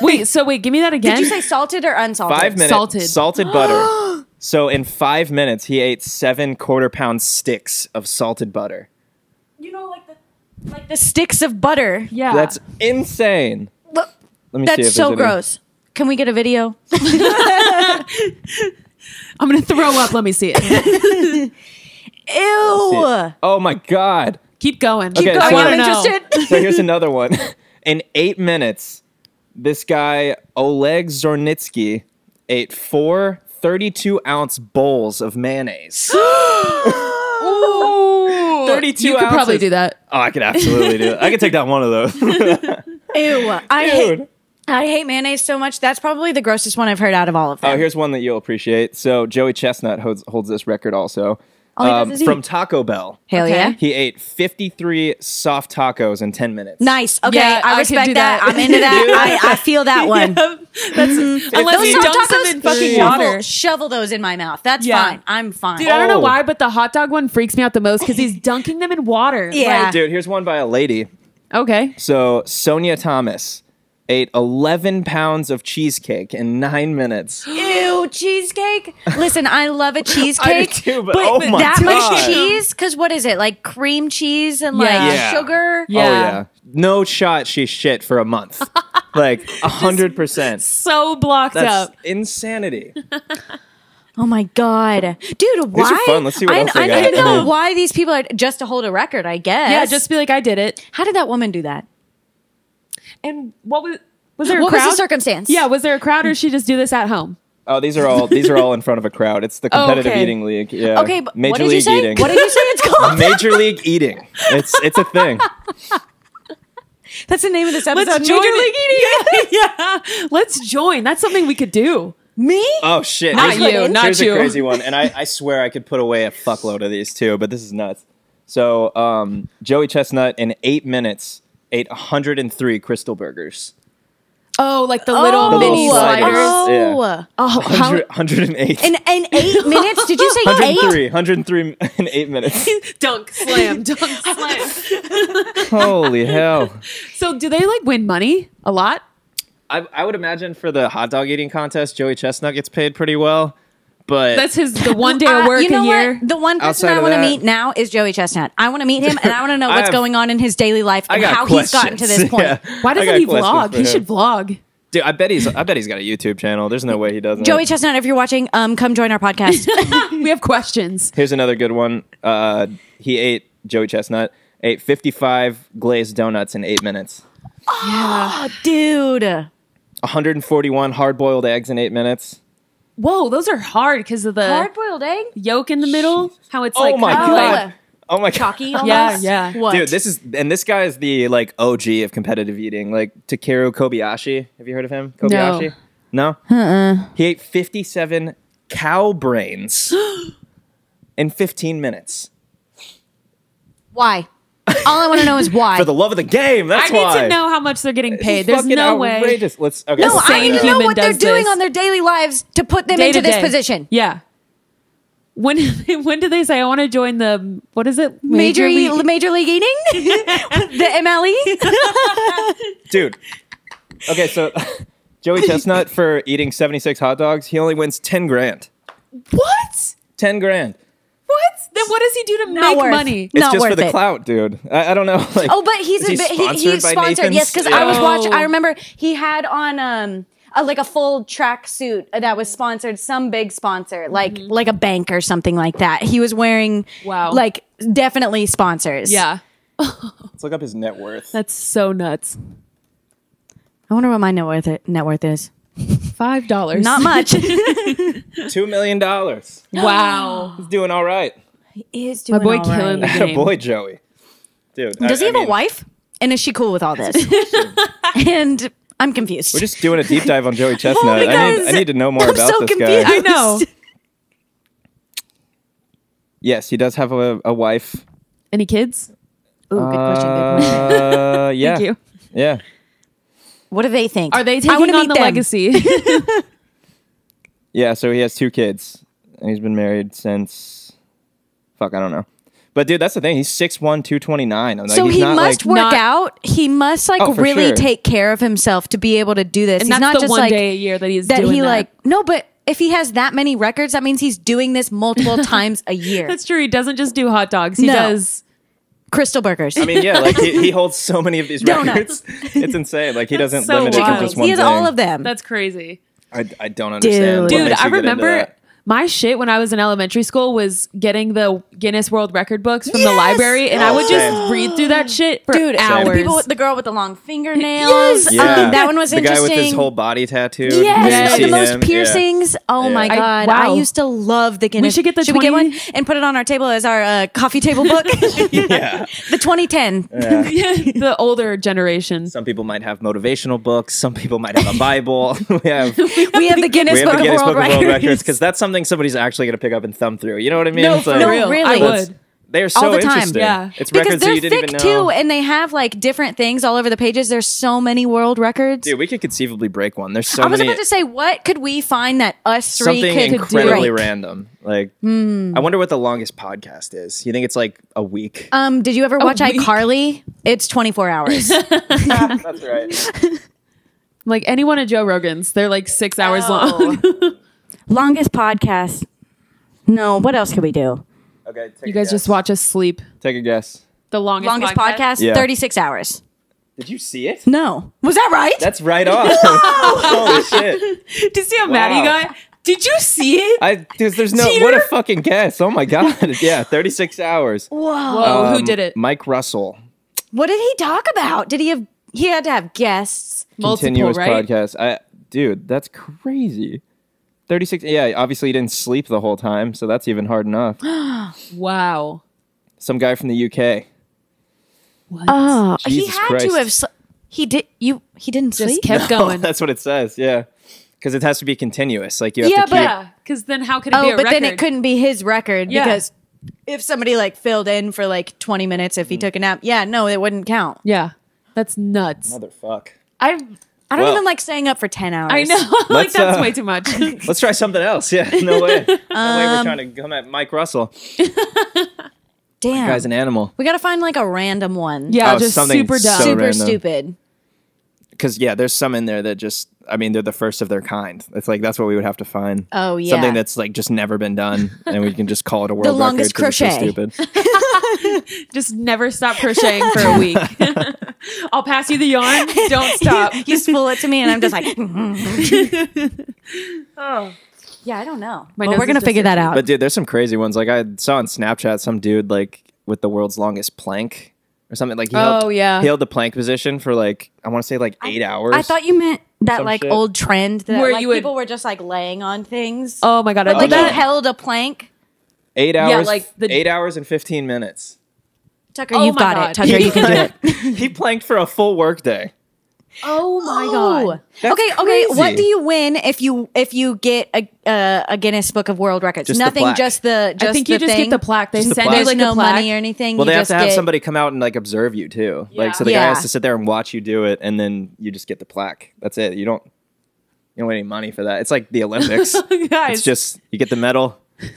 S2: Wait. So wait. Give me that again.
S1: Did you say salted or unsalted?
S4: Five minutes
S2: Salted.
S4: butter. So in five minutes, he ate seven quarter pound sticks of salted butter.
S1: You know, like the like the sticks of butter.
S2: yeah.
S4: That's insane.
S1: Look,
S4: Let me see
S1: that's
S4: if
S1: so
S4: there's any-
S1: gross. Can we get a video?
S2: I'm gonna throw up. Let me see it.
S1: Ew.
S4: Oh my god.
S2: Keep going.
S4: Okay,
S1: Are
S4: so-
S1: you
S4: I
S2: wanna know.
S1: interested?
S4: So here's another one. In eight minutes, this guy, Oleg Zornitsky, ate four 32 ounce bowls of mayonnaise. oh,
S2: Ooh.
S4: 32
S2: You could probably
S4: ounces. Oh,
S2: do that.
S4: I could absolutely do it. I could take down one of those.
S1: Ew. I hate
S4: Dude.
S1: I hate mayonnaise so much. That's probably the grossest one I've heard out of all of them.
S4: Oh, here's one that you'll appreciate. So Joey Chestnut holds, holds this record also Um,
S1: All Oh, he does is eat.
S4: from Taco Bell.
S1: Hell
S2: Okay.
S1: yeah.
S4: He ate 53 soft tacos in 10 minutes.
S1: Nice. Okay,
S2: Yeah,
S1: I
S2: I could
S1: respect
S2: do
S1: that.
S2: that.
S1: I'm into that. I, I feel that one.
S2: Yep. That's unless
S1: Those
S2: you
S1: hot
S2: dump
S1: tacos,
S2: them in fucking
S1: shovel,
S2: water.
S1: Shovel those in my mouth. That's
S2: Yeah.
S1: fine. I'm fine.
S2: Dude, I don't know
S4: Oh.
S2: why, but the hot dog one freaks me out the most because he's dunking them in water.
S1: Yeah.
S4: Dude, here's one by a lady.
S2: Like, okay.
S4: So Sonia Thomas ate 11 pounds of cheesecake in nine minutes.
S1: Ew, cheesecake. Listen, I love a cheesecake.
S4: too, but oh my
S1: that much
S4: God.
S1: cheese? Because what is it? Like cream cheese and like
S2: Yeah.
S1: sugar?
S2: Yeah.
S4: Oh yeah. No shot she shit for a month. like a hundred percent.
S2: So blocked
S4: That's
S2: up.
S4: insanity.
S1: Oh my God. Dude, why?
S4: fun. Let's see what
S1: I,
S4: else they
S1: I
S4: got.
S1: need to know
S4: Mhm.
S1: why these people are just to hold a record, I guess.
S2: Yeah, just be like, I did it.
S1: How did that woman do that?
S2: And what was was there a
S1: What was
S2: crowd?
S1: the circumstance?
S2: yeah, was there a crowd or did she just do this at home?
S4: Oh, these are all these are all in front of a crowd. It's the competitive
S2: okay.
S4: eating league. Yeah.
S1: Oh, Okay, but what did you say? What did you say it's called?
S4: Major League Eating. It's it's a thing.
S1: That's the name of this episode.
S2: Let's join
S1: Major League-
S2: it. yeah, let's join. That's something we could do.
S1: Me?
S4: Oh shit!
S2: Not
S4: Here's a-
S2: you, not
S4: here's
S2: you.
S4: a crazy one, and I, I swear I could put away a fuckload of these too, but this is nuts. So, um, Joey Chestnut in eight minutes ate 103 Crystal burgers.
S2: Oh, like the little
S1: Oh,
S2: mini
S4: little
S2: sliders.
S4: sliders.
S1: Oh.
S2: Oh, how,
S4: 100, 108.
S1: In, in eight minutes? Did you say eight?
S4: 103, 103 in eight minutes.
S2: dunk, slam, dunk, slam.
S4: Holy hell!
S2: So, do they like win money a lot?
S4: I, I would imagine for the hot dog eating contest, Joey Chestnut gets paid pretty well, but
S2: That's his the one day
S1: Uh,
S2: of work
S1: you know
S2: a year.
S1: What? The one person
S4: Outside
S1: I
S4: of
S1: want to
S4: that-
S1: meet now is Joey Chestnut. I want to meet him, and I want to know
S4: I
S1: what's
S4: have-
S1: going on in his daily life
S4: I
S1: and
S4: got
S1: how
S4: questions.
S1: he's gotten to this point.
S4: Yeah.
S2: Why
S4: I
S2: doesn't
S4: got
S2: he
S4: questions
S2: vlog?
S4: for
S2: He
S4: him.
S2: should vlog.
S4: Dude, I bet he's I bet he's got a YouTube channel. There's no way he doesn't.
S1: Joey Chestnut, if you're watching, um, come join our podcast.
S2: We have questions.
S4: Here's another good one. Uh, he ate Joey Chestnut ate 55 glazed donuts in eight minutes,
S1: oh, dude.
S4: 141 hard boiled eggs in eight minutes.
S2: Whoa, those are hard because of the
S1: Hard boiled egg?
S2: yolk in the middle. How it's
S4: Oh
S2: like
S4: my
S2: kind of
S4: God.
S2: like-
S4: Oh my
S1: Chalky
S4: god,
S1: almost?
S2: Yeah, yeah.
S1: What?
S4: dude! This is and this guy is the like OG of competitive eating, like Takeru Kobayashi. Have you heard of him? Kobayashi? No. He ate 57 cow brains in 15 minutes.
S1: why? All I want to know is why.
S4: For the love of the game,
S2: I
S4: that's
S2: need
S4: why.
S2: to know how much they're getting
S4: This is
S2: paid. There's
S4: fucking
S2: no way.
S4: outrageous. Let's okay.
S1: no, I
S2: sane
S1: need to know
S2: human
S1: what they're
S2: does
S1: doing
S2: this.
S1: on their daily lives to put them
S2: Day
S1: into
S2: to
S1: this
S2: day.
S1: position.
S2: Yeah. When when do they say I want to join the what is it
S1: Major,
S2: League-
S1: league. major league eating, the E? MLE.
S4: dude. Okay, so Joey Chestnut for eating 76 hot dogs, he only wins 10 grand.
S2: What?
S4: 10 grand.
S2: What? Then what does he do to
S1: Not
S2: make
S1: worth
S2: money?
S1: it.
S4: It's
S1: Not
S4: just for
S1: worth
S4: the
S1: it.
S4: clout, dude. I, I don't know. Like,
S1: Oh, but he's
S4: is
S1: a
S4: he
S1: bit, he, he's
S4: by
S1: sponsored.
S4: Nathan's?
S1: Yes, because I
S4: Yeah.
S1: was
S2: Oh.
S1: watching. I remember he had on um a, like a full track suit that was sponsored, some big sponsor, like
S4: Mm-hmm.
S1: like a bank or something like that. He was wearing
S2: Wow.
S1: like definitely sponsors.
S2: Yeah.
S4: Let's look up his net worth.
S2: That's so nuts.
S1: I wonder what my net worth net worth is.
S2: Five dollars.
S1: Not much.
S4: Two million dollars.
S2: wow.
S4: He's doing all right.
S1: is
S2: My boy killing the game.
S4: Boy, Joey. Dude.
S1: Does he
S4: I- I
S1: have
S4: mean,
S1: a wife? And is she cool with all this? and I'm confused.
S4: We're just doing a deep dive on Joey Chestnut. I, need, I
S1: because
S4: need to know more
S1: I'm
S4: about
S1: so
S4: this
S1: confused.
S4: guy.
S2: I know.
S4: Yes, he does have a, a wife.
S2: Any kids?
S1: Ooh, good question. Good question.
S4: Uh, yeah.
S2: Thank you.
S4: Yeah.
S1: What do they think?
S2: Are they
S1: I wanna
S2: taking on
S1: meet
S2: the
S1: them.
S2: legacy?
S4: Yeah, so he has two kids, and he's been married since. Fuck, I don't know. But dude, that's the thing. He's 6'1", 229. I'm Like,
S1: so
S4: he's
S1: he
S4: not,
S1: must
S4: like,
S1: work
S2: not-
S1: out. He must like
S4: Oh, for
S1: really
S4: sure.
S1: take care of himself to be able to do this.
S2: and
S1: he's
S2: that's
S1: not
S2: the
S1: just
S2: one
S1: like
S2: day a year that he's
S1: that
S2: doing
S1: he
S2: that.
S1: like no, but if he has that many records, that means he's doing this multiple times a year.
S2: That's true. He doesn't just do hot dogs. He
S1: No.
S2: does.
S1: Crystal burgers.
S4: I mean, yeah, like he, he holds so many of these
S1: Donuts.
S4: records. It's insane. Like he doesn't
S2: so
S4: limit it
S2: wild.
S4: to just one
S1: he has
S4: thing.
S1: all of them.
S2: That's crazy.
S4: I, I don't understand. what
S1: Dude,
S2: Dude,
S4: makes
S2: I
S4: you get into
S2: remember
S4: that.
S2: my shit when I was in elementary school was getting the Guinness World Record books from the
S1: Yes!
S2: library, and I would just
S4: Oh, Same.
S2: read through that shit for
S1: Dude,
S2: hours.
S1: The, people, with- the girl with the long fingernails.
S2: Yes!
S1: Um,
S4: Yeah.
S1: that one was
S4: the guy
S1: interesting.
S4: with his whole body tattoo.
S1: Yes,
S2: Yes.
S1: the
S2: See
S1: most
S4: him. Yeah.
S1: piercings. Oh my
S4: I-
S1: god! I,
S2: wow.
S1: used to love the Guinness.
S2: should get the
S1: Should we get
S2: 20
S1: one and put it on our table as our uh, coffee table book? the
S4: Yeah.
S1: 2010.
S4: Yeah.
S2: the older generation.
S4: Some people might have motivational books. Some people might have a Bible. we have
S1: We have the Guinness,
S4: we have
S1: book,
S4: the
S1: of World
S4: Guinness Book of World
S1: Records.
S4: Records because that's something somebody's actually going to pick up and thumb through. You know what I mean?
S2: no,
S4: It's
S2: for
S4: like-
S2: real.
S1: really.
S2: I
S1: That's-
S2: would.
S4: They're so
S1: All the time.
S4: interesting.
S2: Yeah.
S4: It's
S1: because
S4: records that
S1: they're
S4: you didn't
S1: thick
S4: even know.
S1: too, and they have like different things all over the pages. There's so many world records.
S4: Dude, we could conceivably break one. There's so
S1: I was
S4: many.
S1: about to say, what could we find that us three
S4: something
S1: could, Hmm.
S4: incredibly
S1: break?
S4: random. Like, I wonder what the longest podcast is. You think it's like a week?
S2: Uh.
S1: Um, did you ever watch
S2: week.
S1: iCarly? It's 24 hours.
S4: That's right.
S2: Like any one of Joe Rogan's, they're like six hours long.
S1: Longest podcast. No, what else could we do?
S4: Okay. Take
S2: You guys just watch us sleep.
S4: Take a guess.
S2: The longest,
S1: Longest podcast,
S4: Yeah.
S1: 36 hours.
S4: Did you see it?
S1: No. Was that right?
S4: That's right on. Holy shit!
S2: Did you see how mad he
S4: Wow.
S2: got? Did you see it?
S4: I there's, there's no
S2: Cheater.
S4: what a fucking guess. Oh my god. Yeah, 36 hours.
S1: Whoa.
S2: Whoa, who
S4: Um,
S2: did it?
S4: Mike Russell.
S1: What did he talk about? Did he have, he had to have guests.
S2: Multiple,
S4: continuous
S2: right?
S4: podcast. I dude, that's crazy. 36. Yeah, obviously he didn't sleep the whole time, so that's even hard enough.
S2: Wow.
S4: Some guy from the UK.
S2: What?
S1: Oh, he
S4: Jesus
S1: had
S4: Christ.
S1: to have. Sl- he did. You. He didn't
S2: Just
S1: sleep.
S2: kept going.
S4: Oh, that's what it says. Yeah, because it has to be continuous. Like you have
S2: yeah,
S4: to keep.
S2: but because then how could it be
S1: oh,
S2: a
S1: but
S2: record?
S1: then it couldn't be his record
S2: Yeah.
S1: because if somebody like filled in for like 20 minutes if he took a nap, yeah, no, it wouldn't count.
S2: Yeah, that's nuts.
S1: uh,
S4: Motherfuck.
S1: I I don't
S4: Well-
S1: even like staying up for 10 hours.
S2: I know. like
S4: Let's,
S2: that's
S4: uh,
S2: way too much.
S4: Let's try something else. Yeah, no way. No way
S1: Um,
S4: we're trying to come at Mike Russell.
S1: Damn.
S4: Guy's an animal.
S1: we got to find like a random one.
S2: yeah,
S4: Oh,
S2: just
S4: something
S2: super dumb.
S4: so
S1: Super
S4: random.
S1: stupid.
S4: Because yeah, there's some in there that just. I mean, they're the first of their kind. It's like that's what we would have to find.
S1: Oh, yeah.
S4: something that's like just never been done, and we can just call it a world record
S1: longest
S4: 'cause it's so
S1: crochet.
S4: stupid.
S2: just never stop crocheting for a week. I'll pass you the yarn. Don't stop.
S1: you spool it to me and I'm just like Oh. Yeah, I don't know.
S2: My
S1: but
S2: nose
S1: we're
S2: is
S1: going to
S2: just
S1: figure that out.
S4: But dude, there's some crazy ones. Like I saw on Snapchat some dude like with the world's longest plank or something. Like he held,
S2: Oh, yeah.
S4: he held the plank position for like I want to say like eight hours.
S1: I thought you meant that
S4: Some
S1: like
S4: shit.
S1: old trend that
S2: Where
S1: like
S2: you would-
S1: people were just like laying on things.
S2: oh my god, I
S4: Like,
S1: like
S2: did
S1: he
S2: that.
S1: held a plank.
S4: eight hours.
S2: like, the-
S4: eight hours and fifteen minutes.
S1: Tucker,
S2: Oh
S1: you've
S2: my
S1: got
S2: God.
S1: it. Tucker, you can do it.
S4: he planked for a full workday.
S2: Oh my god.
S4: That's
S1: okay, okay. What
S4: crazy.
S1: do you win if you if you get a uh, a Guinness Book of World Records?
S4: Just the
S1: Nothing,
S4: plaque.
S1: just the just
S2: I think you
S1: the
S2: just
S1: thing.
S2: get the plaque. They
S4: Just the
S2: send
S4: plaque.
S2: you
S1: There's
S2: like
S1: no
S2: a plaque.
S1: money or anything.
S4: Well,
S1: you
S4: they have
S1: just
S4: to have
S1: get-
S4: somebody come out and like observe you too.
S2: Yeah.
S4: Like so, the guy
S1: Yeah.
S4: has to sit there and watch you do it, and then you just get the plaque. That's it. You don't. You don't win any money for that. It's like the Olympics.
S2: Guys,
S4: it's just you get the medal.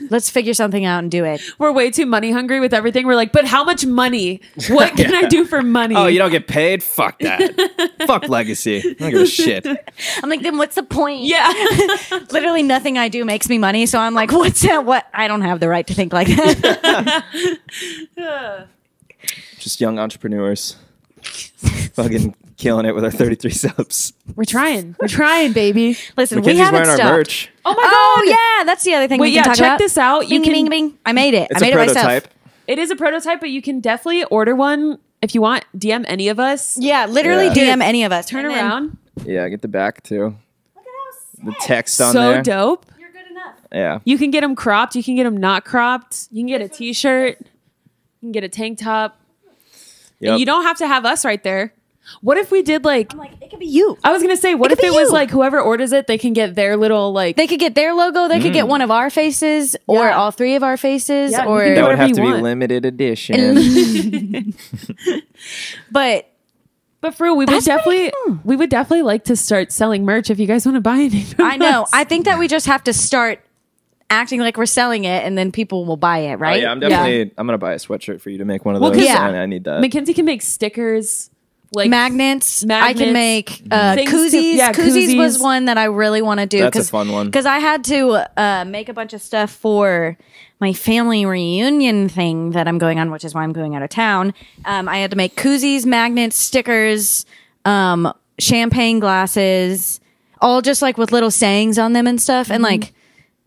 S1: Let's figure something out and do it.
S2: we're way too money hungry with everything. We're like, but how much money? What can I do for money?
S4: Oh, you don't get paid? Fuck that. Fuck legacy. I don't give a shit.
S1: I'm like, then what's the point?
S2: yeah.
S1: Literally nothing I do makes me money. So I'm like, what's that? What? I don't have the right to think like that.
S4: Just young entrepreneurs. Fucking killing it with our 33 subs.
S2: We're trying. We're trying, baby.
S1: Listen, we
S4: Mackenzie's
S1: haven't
S4: wearing our
S1: stopped.
S4: merch.
S2: Oh my god.
S1: Oh yeah, that's the other thing.
S2: Wait,
S1: we can
S2: yeah,
S1: talk
S2: check
S1: about.
S2: this out. You
S1: bing, bing,
S2: can-
S1: bing. I made it.
S4: It's
S1: I made
S4: a
S1: it myself.
S4: prototype.
S2: It is a prototype, but you can definitely order one if you want. DM any of us.
S1: Yeah, literally
S4: Yeah.
S1: DM any of us.
S2: Turn
S1: And then-
S2: around.
S4: Yeah, get the back too.
S1: Look at how
S4: The
S1: sick.
S4: text on
S2: so
S4: there.
S2: dope.
S1: You're good enough.
S4: Yeah.
S2: You can get them cropped. You can get them not cropped. You can get a t-shirt. You can get a tank top.
S4: Yep.
S2: You don't have to have us right there. What if we did like?
S1: I'm like, it could be you.
S2: I was gonna say, what
S1: It could
S2: if
S1: be
S2: it was
S1: you.
S2: like whoever orders it, they can get their little like.
S1: They could get their logo. They could get
S4: Mm.
S1: one of our faces, or
S2: Yeah.
S1: all three of our faces,
S2: Yeah, you
S1: or
S2: could
S4: that
S2: do
S4: would
S2: whatever
S4: have
S2: you
S4: to
S2: want.
S4: be limited edition. Oh,
S1: but
S2: but for real, we would
S1: That's pretty
S2: definitely, we would definitely like to start selling merch. If you guys want to buy anything, from
S1: I know.
S2: us.
S1: I think that we just have to start acting like we're selling it, and then people will buy it,
S4: oh,
S1: right?
S4: yeah, I'm definitely I'm gonna buy a sweatshirt for you to make one of
S2: Well,
S4: those.
S1: 'cause- Yeah.
S4: and I need that.
S2: Mackenzie can make stickers, like
S1: Magnets. I can
S2: Magnets.
S1: make uh,
S2: Things to-
S1: koozies.
S2: yeah,
S1: koozies. was
S2: koozies.
S1: one that I really want to do.
S4: That's a fun one.
S1: Because I had to uh, make a bunch of stuff for my family reunion thing that I'm going on, which is why I'm going out of town. Um, I had to make koozies, magnets, stickers, um, champagne glasses, all just like with little sayings on them and stuff. And
S2: Mm-hmm.
S1: like,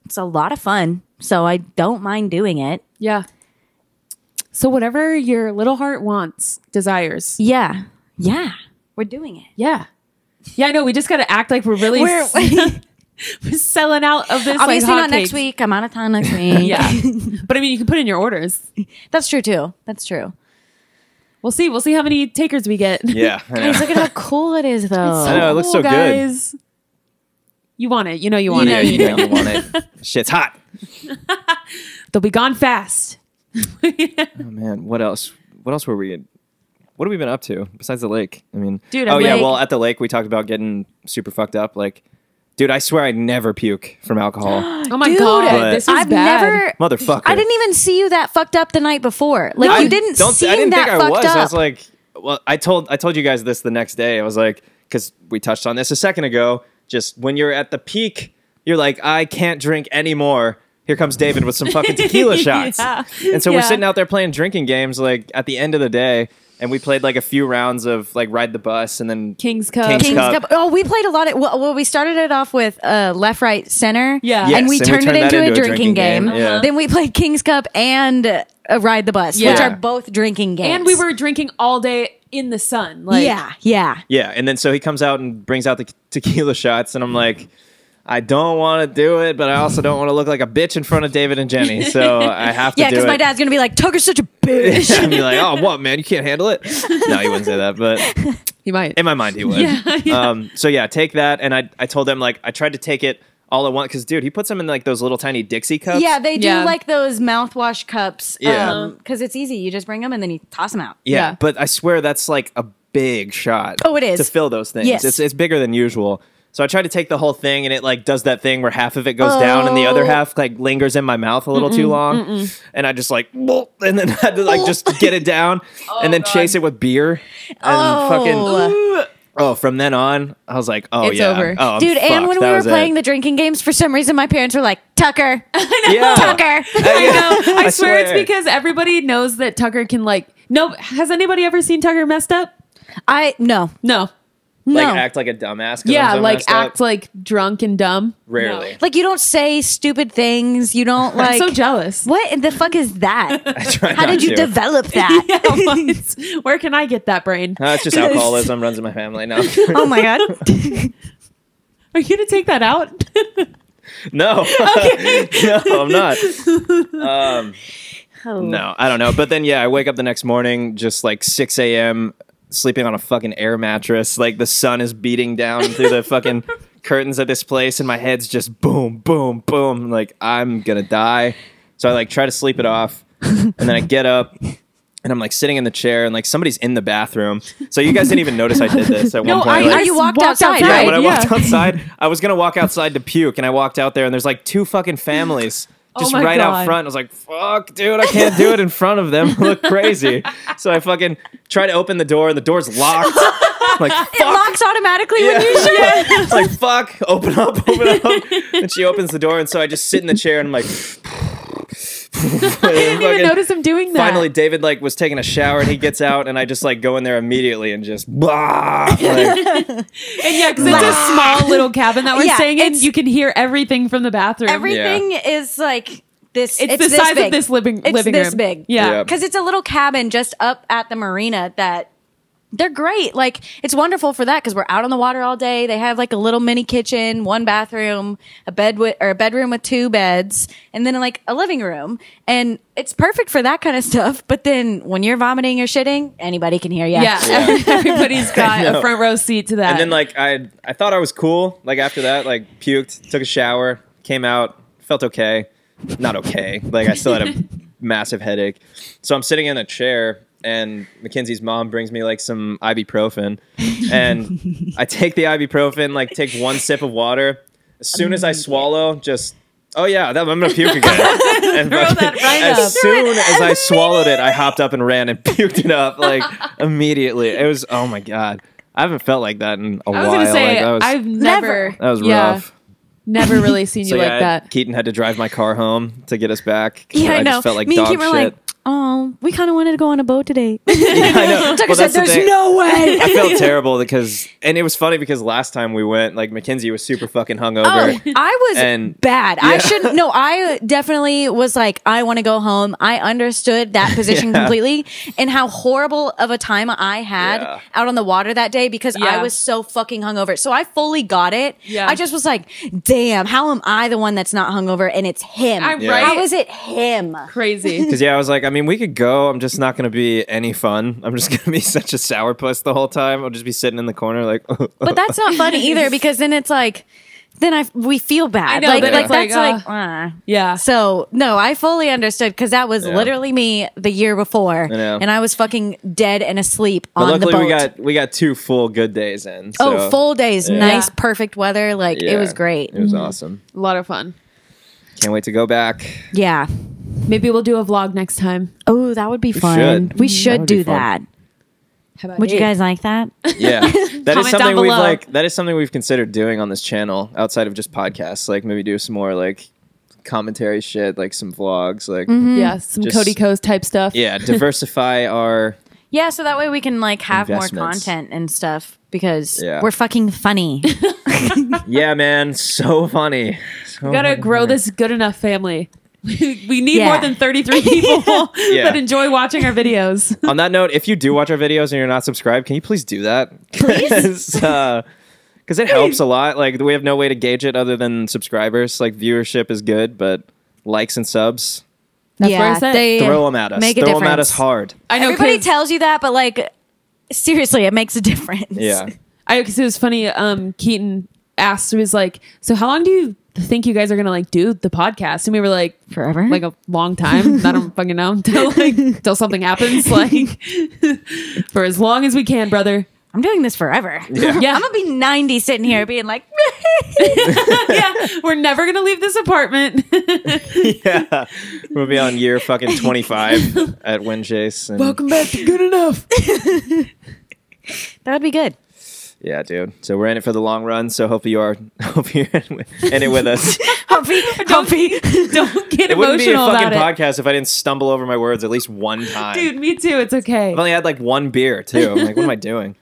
S1: it's a lot of fun. So I don't mind doing it.
S2: Yeah. So whatever your little heart wants, desires.
S1: Yeah. Yeah. We're doing it.
S2: Yeah. Yeah, I know. We just got to act like we're really
S1: We're
S2: s- selling out of this.
S1: obviously
S2: like,
S1: not next
S2: hotcakes.
S1: week. I'm out of town next week.
S2: Yeah. but I mean, you can put in your orders.
S1: That's true too. That's true.
S2: We'll see. We'll see how many takers we get.
S4: yeah. I know.
S1: Guys, look at how cool it is though.
S4: I know, it looks so good.
S2: good. You want it. You know you want
S4: yeah,
S2: it.
S4: you know you want it. Shit's hot.
S2: They'll be gone fast.
S4: Oh, man, what else? What else were we? What have we been up to besides the lake? I mean,
S2: Dude,
S4: Oh
S2: I'm
S4: yeah,
S2: like-
S4: well at the lake we talked about getting super fucked up. Like, dude, I swear I never puke from alcohol.
S2: Oh my
S1: Dude,
S2: God.
S4: But-
S2: this is
S1: I've
S2: bad.
S1: never
S4: Motherfucker.
S1: I didn't even see you that fucked up the night before. Like
S2: No,
S1: you didn't
S4: Don't
S1: seem
S4: I didn't
S1: that
S4: think I
S1: fucked
S4: was.
S1: up.
S4: I was like, well, I told I told you guys this the next day. I was like, because we touched on this a second ago. Just when you're at the peak, you're like, I can't drink anymore. Here comes David with some fucking tequila shots.
S2: Yeah.
S4: And so
S2: Yeah.
S4: we're sitting out there playing drinking games. Like at the end of the day, and we played like a few rounds of like ride the bus and then
S2: King's Cup.
S4: King's
S1: Kings
S4: Cup.
S1: Cup. Oh, we played a lot. Of, well, well, we started it off with uh, left, right, center.
S2: Yeah.
S1: and
S4: Yes,
S1: we
S4: and we
S1: turned
S4: turned
S1: it
S4: that
S1: into, a
S4: into
S1: drinking, game.
S4: Yeah.
S1: Then we played Kings Cup and uh, Ride the Bus, which
S2: Yeah.
S1: are both drinking games.
S2: And we were drinking all day in the sun. Like,
S1: yeah, yeah.
S4: Yeah, and then so he comes out and brings out the tequila shots, and I'm like, I don't want to do it, but I also don't want to look like a bitch in front of David and Jenny. So I have to
S1: Yeah,
S4: do
S1: because
S4: it.
S1: my dad's gonna be like, Tucker's such a bitch.
S4: and be like, oh, what, man? You can't handle it? No, he wouldn't say that, but
S2: He might.
S4: in my mind he would. Um, so yeah, take that. And I, I told them, like, I tried to take it all at once because, dude, he puts them in like those little tiny Dixie cups.
S1: yeah, they do
S2: Yeah. Uh-huh.
S1: like those mouthwash cups.
S4: Yeah.
S1: because it's easy. You just bring them and then you toss them out.
S4: Yeah,
S2: Yeah.
S4: but I swear that's like a big shot.
S1: Oh, it is.
S4: to fill those things.
S1: Yes.
S4: It's it's bigger than usual. So I tried to take the whole thing, and it like does that thing where half of it goes down, and the other
S1: Oh.
S4: half like lingers in my mouth a little too long, and I just like, "Whoa," and then had to like
S1: Oh.
S4: just get it down, and then chase it with beer, and fucking. Oh, from then on, I was like, oh
S2: It's
S4: yeah,
S2: over.
S4: Oh, I'm
S1: Dude, and
S4: fucked.
S1: when
S4: That
S1: we were
S4: was it. Uh-huh.
S1: playing the drinking games, for some reason my parents were like, Tucker,
S4: yeah.
S1: Tucker.
S2: I know. I,
S4: I
S2: swear, it's
S4: swear.
S2: because everybody knows that Tucker can like. No, has anybody ever seen Tucker messed up?
S1: I no.
S2: No.
S1: No.
S4: like
S1: Like,
S4: act like a dumbass. 'cause
S2: Yeah,
S4: I'm so
S2: like
S4: messed up.
S2: act like drunk and dumb.
S4: rarely.
S1: you don't say stupid things. You don't
S2: I'm
S1: like
S2: so jealous.
S1: What in the fuck is that?
S4: I try
S1: How
S4: not
S1: did you
S4: to.
S1: develop that?
S2: Yeah, what? where can I get that brain?
S4: Uh, it's just alcoholism runs in my family now.
S1: Oh my god.
S2: Are you gonna take that out?
S4: No, no, I'm not. Um,
S1: Oh.
S4: no, I don't know. But then, yeah, I wake up the next morning, just like 6 a.m., sleeping on a fucking air mattress. Like the sun is beating down through the fucking curtains of this place, and my head's just boom, boom, boom. I'm Like I'm gonna die. So I like try to sleep it off, and then I get up. And I'm like sitting in the chair, and like somebody's in the bathroom. So you guys didn't even notice I did this at
S2: No,
S4: one point.
S2: I-
S4: like-
S2: I
S1: you
S2: just
S1: walked
S2: walked
S1: outside,
S2: outside,
S4: yeah,
S1: right?
S4: when I
S2: yeah.
S4: walked outside, I was gonna walk outside to puke, and I walked out there, and there's like two fucking families just
S2: my
S4: right
S2: God.
S4: out front. I was like, "Fuck, dude, I can't do it in front of them. I look crazy." So I fucking try to open the door, and the door's locked. I'm like,
S1: It locks automatically when you
S4: it's like, "Fuck, open up, open up." And she opens the door, and so I just sit in the chair, and I'm like, I didn't
S2: I didn't notice him doing that.
S4: Finally, David like was taking a shower and he gets out and I just like go in there immediately and just blah. Like,
S2: and yeah, because it's a small little cabin that we're
S1: Yeah,
S2: staying in.
S1: it's-
S2: You can hear everything from the bathroom.
S1: Everything is like this.
S2: it's,
S1: It's,
S2: the
S1: this
S2: size
S1: big.
S2: of this living
S1: It's
S2: living
S1: this
S2: room.
S1: big.
S2: Yeah.
S4: Yeah.
S1: because it's a little cabin just up at the marina that they're great. Like it's wonderful for that because we're out on the water all day. They have like a little mini kitchen, one bathroom, a bed with or a bedroom with two beds, and then like a living room, and it's perfect for that kind of stuff. But then when you're vomiting or shitting, anybody can hear you.
S2: Yeah, everybody's got a front row seat to that.
S4: And then like I I thought I was cool. Like after that, like puked, took a shower, came out, felt okay. Not okay. Like I still had a massive headache. So I'm sitting in a chair and Mackenzie's mom brings me like some ibuprofen. And I take the ibuprofen, like take one sip of water. As soon as I
S2: Mm.
S4: swallow, just Oh yeah, that, I'm gonna puke again. And
S2: Throw
S4: fucking-
S2: that right
S4: as
S2: up.
S4: soon as I swallowed it, I hopped up and ran and puked it up like immediately. It was oh my god. I haven't felt like that in
S2: I
S4: a while.
S2: was gonna say
S4: like, that was,
S2: I've
S1: Never.
S2: never
S4: that was
S2: yeah,
S4: rough.
S2: Never really seen you
S4: So
S2: like
S4: yeah,
S2: that.
S4: Keaton had to drive my car home to get us back. 'cause
S1: Yeah, I, know.
S4: just felt like
S1: Me and
S4: dog
S1: Kim
S4: shit.
S1: were like, oh, we kind of wanted to go on a boat today.
S4: I know.
S1: Tucker
S4: Well,
S1: said,
S4: that's the
S1: "There's
S4: thing.
S1: no way."
S4: I felt terrible because, and it was funny because last time we went, like Mackenzie was super fucking hungover.
S1: Oh, I was
S4: And-
S1: bad. I
S4: Yeah.
S1: shouldn't. No, I definitely was like, I want to go home. I understood that position
S4: Yeah.
S1: completely and how horrible of a time I had
S4: Yeah.
S1: out on the water that day because I
S2: Yeah.
S1: was so fucking hungover. So I fully got it.
S2: Yeah.
S1: I just was like, damn, how am I the one that's not hungover and it's him?
S2: I'm
S4: Yeah. right.
S1: How is it him?
S2: Crazy.
S4: Because yeah, I was like, I mean, we could go. I'm just not gonna be any fun. I'm just gonna be such a sourpuss the whole time. I'll just be sitting in the corner like.
S1: But that's not funny either because then it's like, then I we feel bad.
S2: I know,
S1: like,
S2: then
S1: like
S2: it's like,
S1: that's
S2: uh,
S1: like, ah.
S2: Yeah.
S1: So no, I fully understood because that was
S4: Yeah.
S1: literally me the year before,
S4: know.
S1: and I was fucking dead and asleep
S4: But
S1: on
S4: luckily,
S1: the boat.
S4: we got we got two full good days in.
S1: oh,
S4: so-
S1: full days,
S4: Yeah.
S1: nice,
S2: Yeah.
S1: perfect weather. Like
S4: Yeah,
S1: it was great. Mm-hmm.
S4: It was awesome.
S2: a lot of fun.
S4: Can't wait to go back.
S1: Yeah.
S2: Maybe we'll do a vlog next time.
S1: Oh, that would be fun.
S4: should.
S1: We
S4: Mhm.
S1: should
S4: That would be
S1: do
S4: fun.
S1: that.
S2: How about
S1: Would you
S2: it?
S1: guys like that?
S4: Yeah, that
S2: Comment
S4: is
S2: down
S4: something we've
S2: below.
S4: like. That is something we've considered doing on this channel outside of just podcasts. Like maybe do some more like commentary shit, like some vlogs, like
S1: Mm-hmm. Mm.
S2: Yeah, some
S4: Just-
S2: Cody Co's type stuff.
S4: yeah, diversify our.
S1: yeah, so that way we can like have more
S4: Investments.
S1: content and stuff because
S4: Yeah.
S1: we're fucking funny.
S4: Yeah, man, so funny. So
S2: We gotta
S4: funny.
S2: grow this good enough family. we need
S1: Yeah.
S2: more than 33 people
S4: Yeah.
S2: that enjoy watching our videos.
S4: On that note, if you do watch our videos and you're not subscribed, can you please do that? Please. uh, because it helps a lot. Like we have no way to gauge it other than subscribers. Like viewership is good, but likes and subs
S2: That's what I said.
S1: they
S4: throw them at us.
S1: Make a
S4: throw
S1: difference.
S4: them at us hard.
S2: I know
S1: Everybody
S2: kids-
S1: tells you that, but like seriously, it makes a difference.
S4: Yeah,
S2: I because it was funny. Um, Keaton asked, he was like, "So how long do you think you guys are gonna like do the podcast?" And we were like,
S1: Forever?
S2: like a long time. I don't fucking know until like until something happens. Like for as long as we can, brother.
S1: I'm doing this forever.
S4: Yeah.
S2: Yeah.
S1: I'm gonna be 90 sitting here being like,
S2: yeah, we're never gonna leave this apartment.
S4: yeah. We'll be on year fucking twenty five at Win Chase. And,
S2: back to good enough.
S1: that would be good.
S4: Yeah, dude. So we're in it for the long run. So hopefully you are. Hope you're in it- in it with us.
S1: Humpy, Humpy.
S2: Don't get
S4: It wouldn't be a
S2: emotional
S4: fucking
S2: about it,
S4: podcast if I didn't stumble over my words at least one time.
S2: dude. Me too. It's okay.
S4: I've only had like one beer too. I'm like, what am I doing?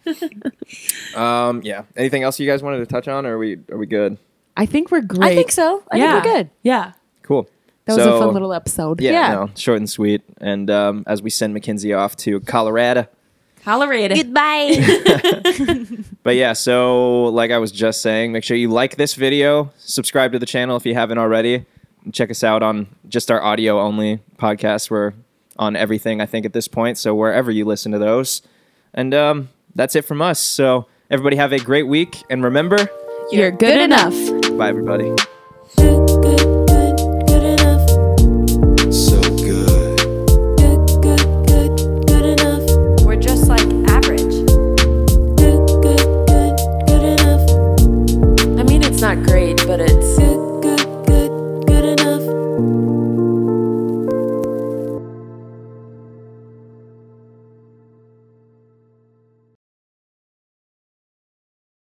S4: um, yeah. Anything else you guys wanted to touch on? Or are we are we good?
S2: I think we're great.
S1: I think so. I
S2: yeah,
S1: think we're good.
S2: Yeah,
S4: Cool.
S2: that was
S4: So,
S2: a fun little episode.
S4: yeah,
S1: yeah.
S4: No, short and sweet. And um, as we send Mackenzie off to Colorado.
S2: Tolerated.
S1: Goodbye.
S4: But yeah, so like I was just saying, make sure you like this video, subscribe to the channel if you haven't already, and check us out on just our audio only podcast. We're on everything, I think, at this point. So wherever you listen to those. And um, that's it from us. So everybody have a great week. And remember,
S2: You're good, enough.
S4: bye, everybody.
S5: good, good.